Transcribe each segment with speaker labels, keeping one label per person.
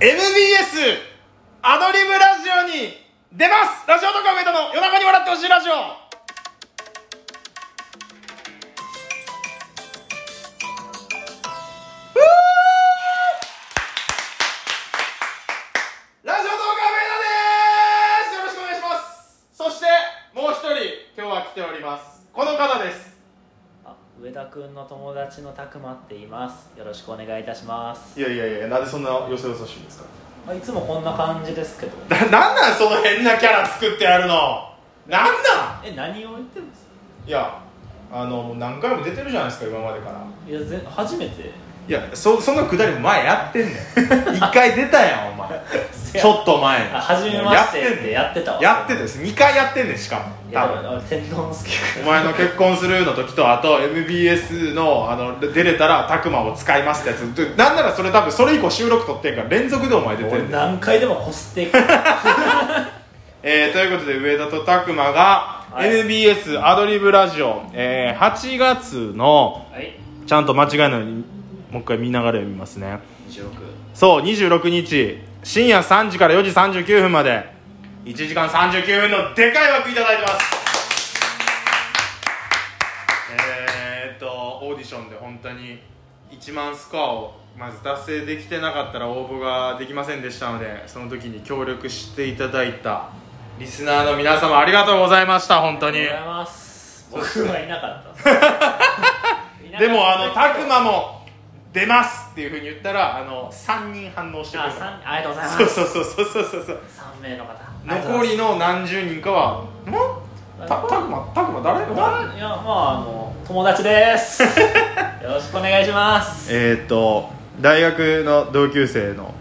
Speaker 1: MBS アドリブラジオに出ますラジオとか上田の夜中に笑ってほしいラジオラジオ動画上田ですよろしくお願いしますそしてもう一人今日は来ておりますこの方です
Speaker 2: あ上田君の友達のたくまって言いますよろしくお願いいたします
Speaker 1: いやいやいやなんでそんなよそよそしいんですか
Speaker 2: まあいつもこんな感じですけど
Speaker 1: ななんなんその変なキャラ作ってやるのなんなん
Speaker 2: え何を言ってるんです
Speaker 1: いやあのもう何回も出てるじゃないですか今までから
Speaker 2: いやぜ初めて
Speaker 1: いやそそのくだりも前やってんねん 一回出たやんお前ちょっと前に
Speaker 2: あ初めまして
Speaker 1: やっん
Speaker 2: ってて
Speaker 1: ねん
Speaker 2: やってたわ
Speaker 1: やってたです2回やってんねんしかも
Speaker 2: い
Speaker 1: 多
Speaker 2: や
Speaker 1: 分
Speaker 2: でも俺天丼好き
Speaker 1: お前の結婚するの時とあと MBS のあの出れたらタクマを使いますってやつでなんならそれ多分それ以降収録撮ってんから連続でお前出て
Speaker 2: 俺
Speaker 1: んねん
Speaker 2: 何回でもこすっていく
Speaker 1: えーということで上田と拓磨が
Speaker 2: はい
Speaker 1: MBS アドリブラジオ、えー8月の
Speaker 2: はい
Speaker 1: ちゃんと間違いないようにもう一回見ながら読みますね
Speaker 2: 26
Speaker 1: そう26日深夜3時から4時39分まで1時間39分のでかい枠いただいてますえーっとオーディションで本当に1万スコアをまず達成できてなかったら応募ができませんでしたのでその時に協力していただいたリスナーの皆様ありがとうございました本当
Speaker 2: あり
Speaker 1: に
Speaker 2: がとうございます僕はいなかったいなかっ た
Speaker 1: でもあの拓磨も出ますっていうふうに言ったらあの3人反応してくれ
Speaker 2: あ
Speaker 1: た
Speaker 2: 三ありがとうございます
Speaker 1: そうそうそうそうそうそう
Speaker 2: 3名の方
Speaker 1: 残りの何十人かは「んたたくまたくま誰誰
Speaker 2: いやまああの友達で すよろしくお願いします
Speaker 1: えーっと大学の同級生の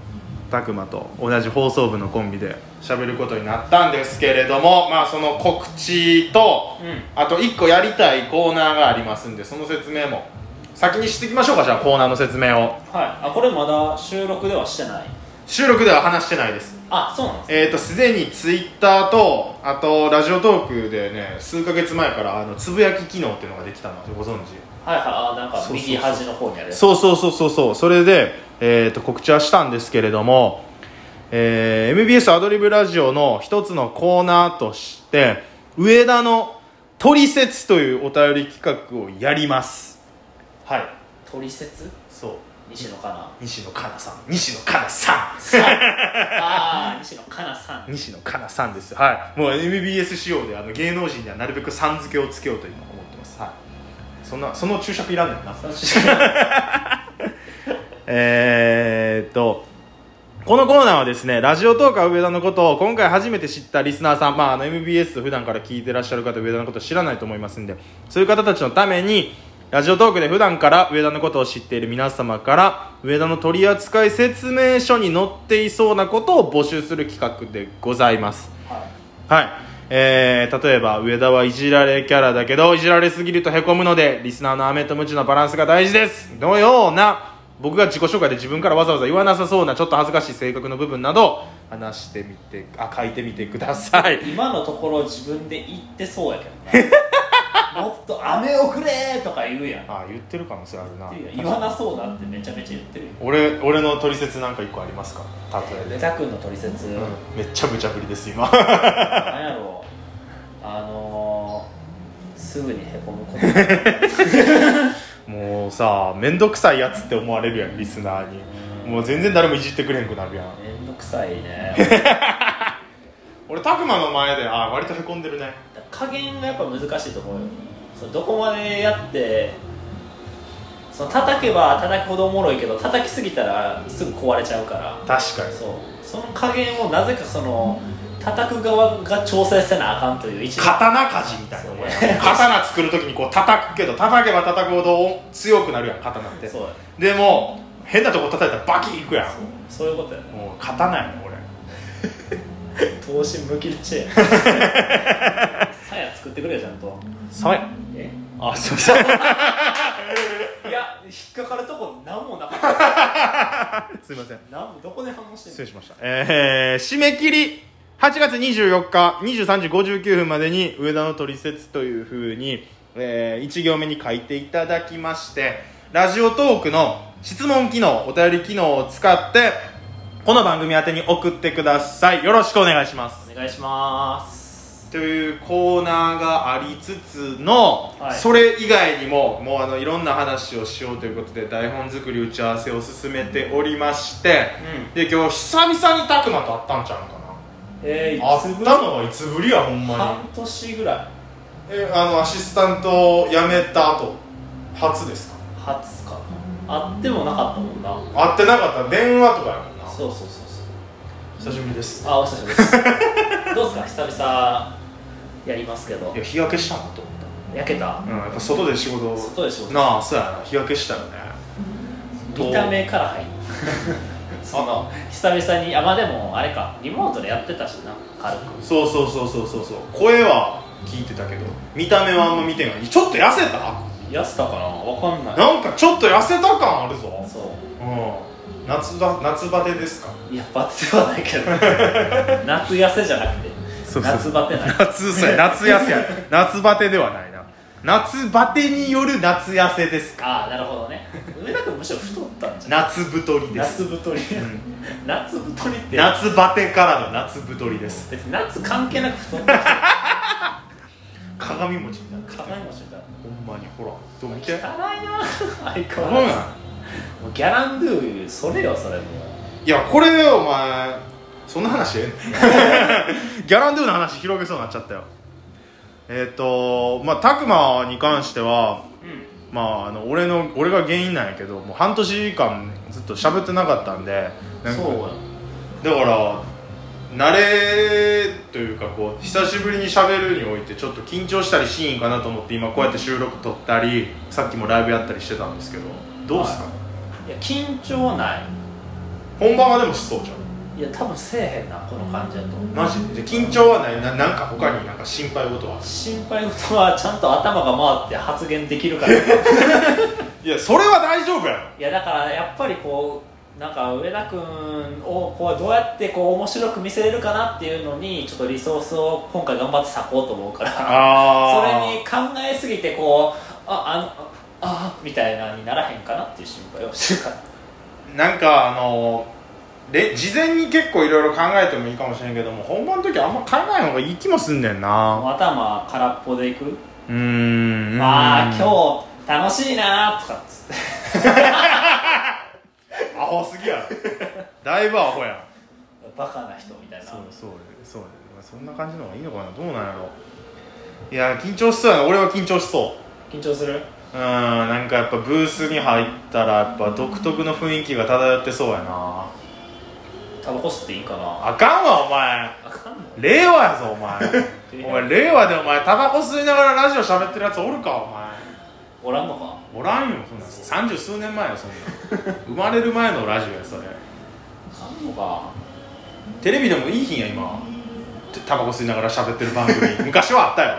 Speaker 1: たくまと同じ放送部のコンビで喋ることになったんですけれどもまあその告知と、
Speaker 2: うん
Speaker 1: あと1個やりたいコーナーがありますんでその説明も先にしていきましょうかじゃあコーナーの説明を
Speaker 2: はいあこれまだ収録ではしてない
Speaker 1: 収録では話してないです
Speaker 2: あそうなんです
Speaker 1: えー、とすでにツイッターとあとラジオトークでね数ヶ月前からあのつぶやき機能っていうのができたのご存知
Speaker 2: はいはいあなんか
Speaker 1: そうそうそう
Speaker 2: 右端の方にあるやつ
Speaker 1: そうそうそうそうそうそれで、えー、と告知はしたんですけれども、えー MBS アドリブラジオの一つのコーナーとして上田の「取説」というお便り企画をやりますはい
Speaker 2: 取説
Speaker 1: そう
Speaker 2: 西野か な
Speaker 1: 西野カナさん西野カナさん
Speaker 2: さんあー西野かなさん
Speaker 1: 西野カナさんですよはいもう MBS 仕様であの芸能人にはなるべくさん付けをつけようと今思ってますはいそんなその注釈いらんねんな
Speaker 2: そして
Speaker 1: えーっとこのコーナーはですねラジオトーカー上田のことを今回初めて知ったリスナーさん、まあ、あの MBS 普段から聞いてらっしゃる方上田のこと知らないと思いますんでそういう方たちのためにラジオトークで普段から上田のことを知っている皆様から上田の取扱説明書に載っていそうなことを募集する企画でございます
Speaker 2: は
Speaker 1: はい。えー、例えば、上田はいじられキャラだけど、いじられすぎるとへこむので、リスナーのアメとムチのバランスが大事ですのような、僕が自己紹介で自分からわざわざ言わなさそうな、ちょっと恥ずかしい性格の部分など、話してみて、あ、書いてみてくださ い。
Speaker 2: い今のところ自分で言ってそうやけどね もっと飴をくれーとか言うやん
Speaker 1: あ、言ってる可能性あるな
Speaker 2: っていうやん言わなそうだってめちゃめちゃ言ってるよ
Speaker 1: 俺、俺の取説なんか一個ありますか例
Speaker 2: 上
Speaker 1: え
Speaker 2: 田君の取説、
Speaker 1: で。うん。めっちゃ無茶ぶりです、今。
Speaker 2: なんやろうあのー、すぐにへこむ ことうん
Speaker 1: もうさ、めんどくさいやつって思われるやん、リスナーに。もう全然誰もいじってくれへんくなるやん。
Speaker 2: めんどくさいね
Speaker 1: 俺、タクマの前で、あ、割とへこんでるね。
Speaker 2: 加減がやっぱ難しいと思うよそのどこまでやってその叩けば叩くほどおもろいけど叩きすぎたらすぐ壊れちゃうから
Speaker 1: 確かに
Speaker 2: そうその加減をなぜかその叩く側が調整せなあかんという一番
Speaker 1: 刀鍛冶みたいなもんや刀作る時にこう叩くけど叩けば叩くほど強くなるやん刀って
Speaker 2: そうや
Speaker 1: でも変なとこ叩いたらバキいくや
Speaker 2: そうんそういうことやね
Speaker 1: もう刀やね俺
Speaker 2: 投資むき出しやさや作ってくれよちゃんと
Speaker 1: そうや
Speaker 2: え
Speaker 1: あすいません
Speaker 2: いや引っかかるとこ何もなかった
Speaker 1: すいません
Speaker 2: 何もどこで反応してんの
Speaker 1: 失礼しましたえー、締め切り8月24日23時59分までに上田の取説というふうに、え1行目に書いていただきましてラジオトークの質問機能お便り機能を使ってこの番組宛てに送ってくださいよろしくお願いします
Speaker 2: お願いします
Speaker 1: というコーナーがありつつの、
Speaker 2: はい
Speaker 1: それ以外にももうあのいろんな話をしようということで台本作り打ち合わせを進めておりまして、
Speaker 2: うん
Speaker 1: で今日久々に拓磨と会ったんちゃうかな
Speaker 2: えー、いつ
Speaker 1: 会っ
Speaker 2: ぶり
Speaker 1: たのはいつぶりやほんま
Speaker 2: 半年ぐら
Speaker 1: にえあのアシスタントを辞めた後初ですか
Speaker 2: い初かな会ってもなかったもんな
Speaker 1: 会ってなかったら電話とかやもんな
Speaker 2: そうそうそうそう
Speaker 1: 久しぶりです
Speaker 2: あお久しぶりです どうっすか久々やりますけど
Speaker 1: いや日焼けしたなと思っ
Speaker 2: 焼けた
Speaker 1: たうんやっぱ外で仕事を
Speaker 2: 外で仕事
Speaker 1: なあそうやな日焼けしたよね
Speaker 2: 見た目から入る その久々にあまあでもあれかリモートでやってたしな軽く
Speaker 1: そうそうそうそうそうそう声は聞いてたけど見た目はあんま見てないちょっと痩せた
Speaker 2: 痩せたかなわかんない
Speaker 1: なんかちょっと痩せた感あるぞ
Speaker 2: そ
Speaker 1: うん夏場夏バテですか
Speaker 2: ういやバテではないけど 夏痩せじゃなくて
Speaker 1: そうそう
Speaker 2: 夏バテない
Speaker 1: 夏そうや夏痩せや夏バテではないな夏バテによる夏痩せですか
Speaker 2: ああなるほどね上田君むしろ太ったんじゃん
Speaker 1: 夏太りです
Speaker 2: 夏太り、
Speaker 1: ん
Speaker 2: 夏太りって
Speaker 1: 夏バテからの夏太りです
Speaker 2: 別に夏関係なく太った人
Speaker 1: 鏡餅になってきた
Speaker 2: 硬いもんしみたいな
Speaker 1: ほんまにほらどう見て
Speaker 2: 汚いな相変わ
Speaker 1: ほ
Speaker 2: ら
Speaker 1: ん
Speaker 2: ず
Speaker 1: ま
Speaker 2: もうギャランドゥそれよそれもう
Speaker 1: いやこれお前そんな話え えギャランドゥの話広げそうになっちゃったよえっ、とまあ拓磨に関しては
Speaker 2: うん
Speaker 1: まああの俺の俺が原因なんやけどもう半年間ずっと喋ってなかったんでなんか
Speaker 2: そうや
Speaker 1: だから慣れというかこう久しぶりに喋るにおいてちょっと緊張したりシーンかなと思って今こうやって収録撮ったりさっきもライブやったりしてたんですけどどうっすか、
Speaker 2: はいいや緊張はない
Speaker 1: 本番はでもしそうじゃん
Speaker 2: いや多分せえへんなこの感じだと
Speaker 1: マジでじゃあ緊張はないななんか他になんか心配事は
Speaker 2: 心配事はちゃんと頭が回って発言できるか らい
Speaker 1: いやそれは大丈夫やろ
Speaker 2: やだからやっぱりこうなんか上田君をこうどうやってこう面白く見せれるかなっていうのにちょっとリソースを今回頑張って割こうと思うからそ
Speaker 1: あ
Speaker 2: れに考えすぎてこうああのああみたいなにならへんかなっていう心配をしてるから
Speaker 1: それになんかあのれ事前に結構いろいろ考えてもいいかもしれんけども本番の時あんま考えない方がいい気もすんねんな
Speaker 2: 頭空っぽでいく
Speaker 1: うーん
Speaker 2: ああ今日楽しいなーとかっつって
Speaker 1: アホすぎやろだいぶアホやん
Speaker 2: バカな人みたいな
Speaker 1: そうそうそうまあそんな感じの方がいいのかなどうなんやろいや緊張しそうやな俺は緊張しそう
Speaker 2: 緊張する
Speaker 1: うんなんかやっぱブースに入ったらやっぱ独特の雰囲気が漂ってそうやな
Speaker 2: タバコ吸っていいかな
Speaker 1: あかんわお前
Speaker 2: あかんの
Speaker 1: 令和やぞお前お前令和でお前タバコ吸いながらラジオ喋ってるやつおるかお
Speaker 2: おらんのか
Speaker 1: 前おらんよそんなん三十数年前よそんなん生まれる前のラジオやそれ
Speaker 2: あんのか
Speaker 1: テレビでもいいひんや今てタバコ吸いながら喋ってる番組 昔はあったよ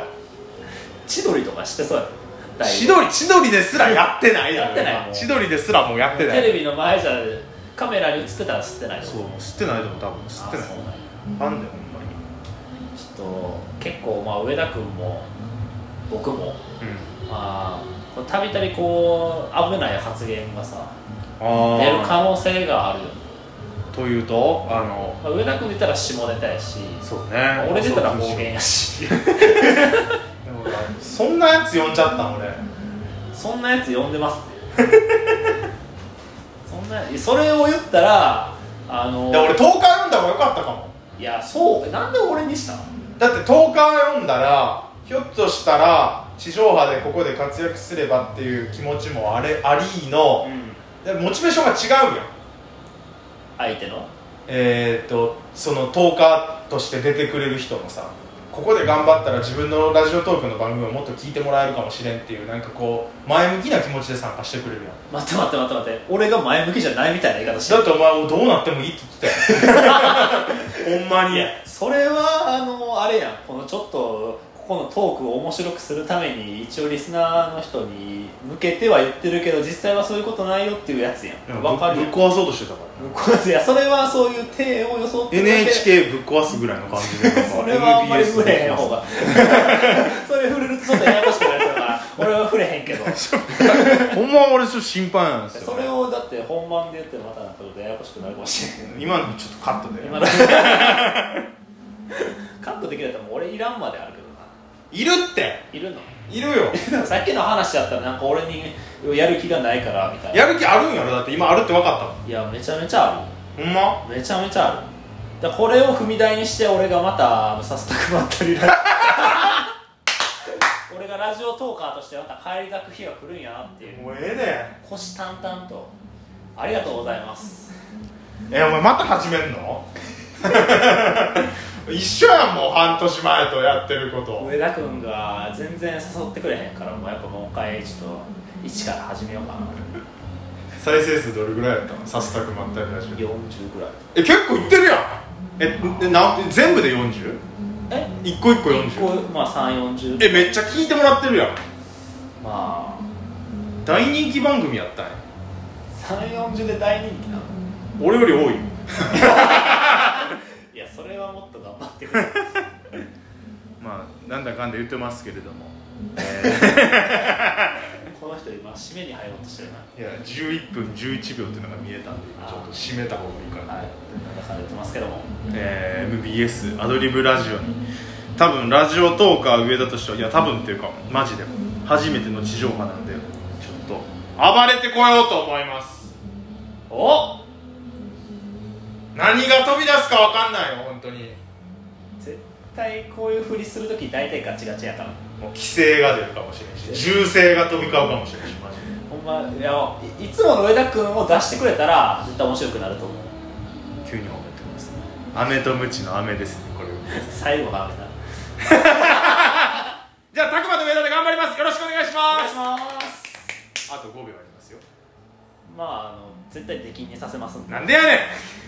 Speaker 2: 千鳥とかしてそうやろだいぶ
Speaker 1: 千鳥千鳥ですらやってないやろ
Speaker 2: やってない
Speaker 1: 今もう千鳥ですらもうやってな
Speaker 2: テ
Speaker 1: い
Speaker 2: レビの前じゃカメラに映ってたら吸ってないの
Speaker 1: そう吸ってないでも多分吸
Speaker 2: あ
Speaker 1: っ
Speaker 2: そ
Speaker 1: て
Speaker 2: う
Speaker 1: な
Speaker 2: なん
Speaker 1: い
Speaker 2: や
Speaker 1: あんだよほんまに
Speaker 2: ちょっと結構まあ上田君も僕も
Speaker 1: うん
Speaker 2: まあたびたびこう危ない発言がさ出る
Speaker 1: あ
Speaker 2: 可能性があるよね、
Speaker 1: あというとあの
Speaker 2: まあ、上田君出たら下ネタやし
Speaker 1: そうね
Speaker 2: 俺出たら方言やし
Speaker 1: でもそんなやつ呼んじゃったん俺
Speaker 2: そんなやつ呼んでます ってそんなそれを言ったらあの
Speaker 1: いや俺10日読んだ方がよかったかも
Speaker 2: いやそうなんで俺にしたの
Speaker 1: だって10日読んだらひょっとしたら地上波でここで活躍すればっていう気持ちもあれありーのでモチベーションが違うやん
Speaker 2: 相手の
Speaker 1: えー、っとその10日として出てくれる人もさここで頑張ったら自分のラジオトークの番組をもっと聞いてもらえるかもしれんっていうなんかこう前向きな気持ちで参加してくれるやん
Speaker 2: 待って待って待って待って俺が前向きじゃないみたいな言い方して
Speaker 1: だってお前どうなってもいいって言ってたよほ んまに
Speaker 2: それはあのあれやんこのちょっとここのトークを面白くするために一応リスナーの人に向けては言ってるけど実際はそういうことないよっていうやつやんわかる
Speaker 1: ぶ
Speaker 2: よ
Speaker 1: っ壊そうとしてたから
Speaker 2: ぶっ壊すいやそれはそういう体を装ってるだけ
Speaker 1: NHK ぶっ壊すぐらいの感じで
Speaker 2: それはあんまり触れへん方
Speaker 1: が
Speaker 2: がそれ触れるとちょっとややこしくなりそうだから俺は触れ へんけど
Speaker 1: ほんま俺ちょっと心配なんですよ
Speaker 2: それをだって本番でやってもまたなんかちょっとややこほしくなるかもしれない
Speaker 1: 今のちょっとカットで
Speaker 2: 今だ カットできないともう俺いらんまであるけどない
Speaker 1: るって
Speaker 2: いるの
Speaker 1: いるよ
Speaker 2: で もさっきの話だったらなんか俺にやる気がないからみたいな
Speaker 1: やる気あるんやろだって今あるって分かったもん
Speaker 2: いやめちゃめちゃあ
Speaker 1: ほんま
Speaker 2: るめちゃめちゃあるだからこれを踏み台にして俺がまたさせたくなったり ラ俺がラジオトーカーとしてまた帰り咲く日が来るんやなっていう
Speaker 1: もうええで
Speaker 2: 腰たんたんとありがとうございます
Speaker 1: えお前また始めんの 一緒やんもう半年前とやってること
Speaker 2: 上田君が全然誘ってくれへんからもうやっぱもう一回ちょっと一から始めようかな
Speaker 1: 再生数どれぐらいやったのさすたくまったりラジオ
Speaker 2: 40ぐらい
Speaker 1: え結構いってるやんええな全部で 40?
Speaker 2: え
Speaker 1: 一個一個
Speaker 2: 一個
Speaker 1: 40?
Speaker 2: まあ340
Speaker 1: えめっちゃ聞いてもらってるやん
Speaker 2: まあ
Speaker 1: 大人気番組やったんや
Speaker 2: 340で大人気なの
Speaker 1: 俺より多い
Speaker 2: いやそれはもっと頑張ってくれ
Speaker 1: まあなんだかんだ言ってますけれども
Speaker 2: この人今締めに入ろうとしてるない
Speaker 1: や11分11秒っていうのが見えたんで今ちょっと締めた方がいいかな
Speaker 2: はい流されてますけども
Speaker 1: えー MBS アドリブラジオに多分ラジオトーカー上田としてはいや多分っていうかマジで初めての地上波なんでちょっと暴れてこようと思います
Speaker 2: お
Speaker 1: 何が飛び出すかわかんないよ本当に
Speaker 2: 絶対こういうふりするとき大体ガチガチやから
Speaker 1: もう規制が出るかもしれんし銃声が飛び交うかもしれんしマジで
Speaker 2: ほんまいやいいつもの上田君を出してくれたら絶対面白くなると思う
Speaker 1: 急に褒めてます飴とムチの飴ですねこれ
Speaker 2: 最後が雨だ
Speaker 1: じゃあたくまと上田で頑張りますよろしくお願いし
Speaker 2: お
Speaker 1: ま
Speaker 2: 願いし
Speaker 1: す
Speaker 2: ます
Speaker 1: あと5秒ありますよ
Speaker 2: まああの絶対出禁にさせますんで
Speaker 1: なんでやねん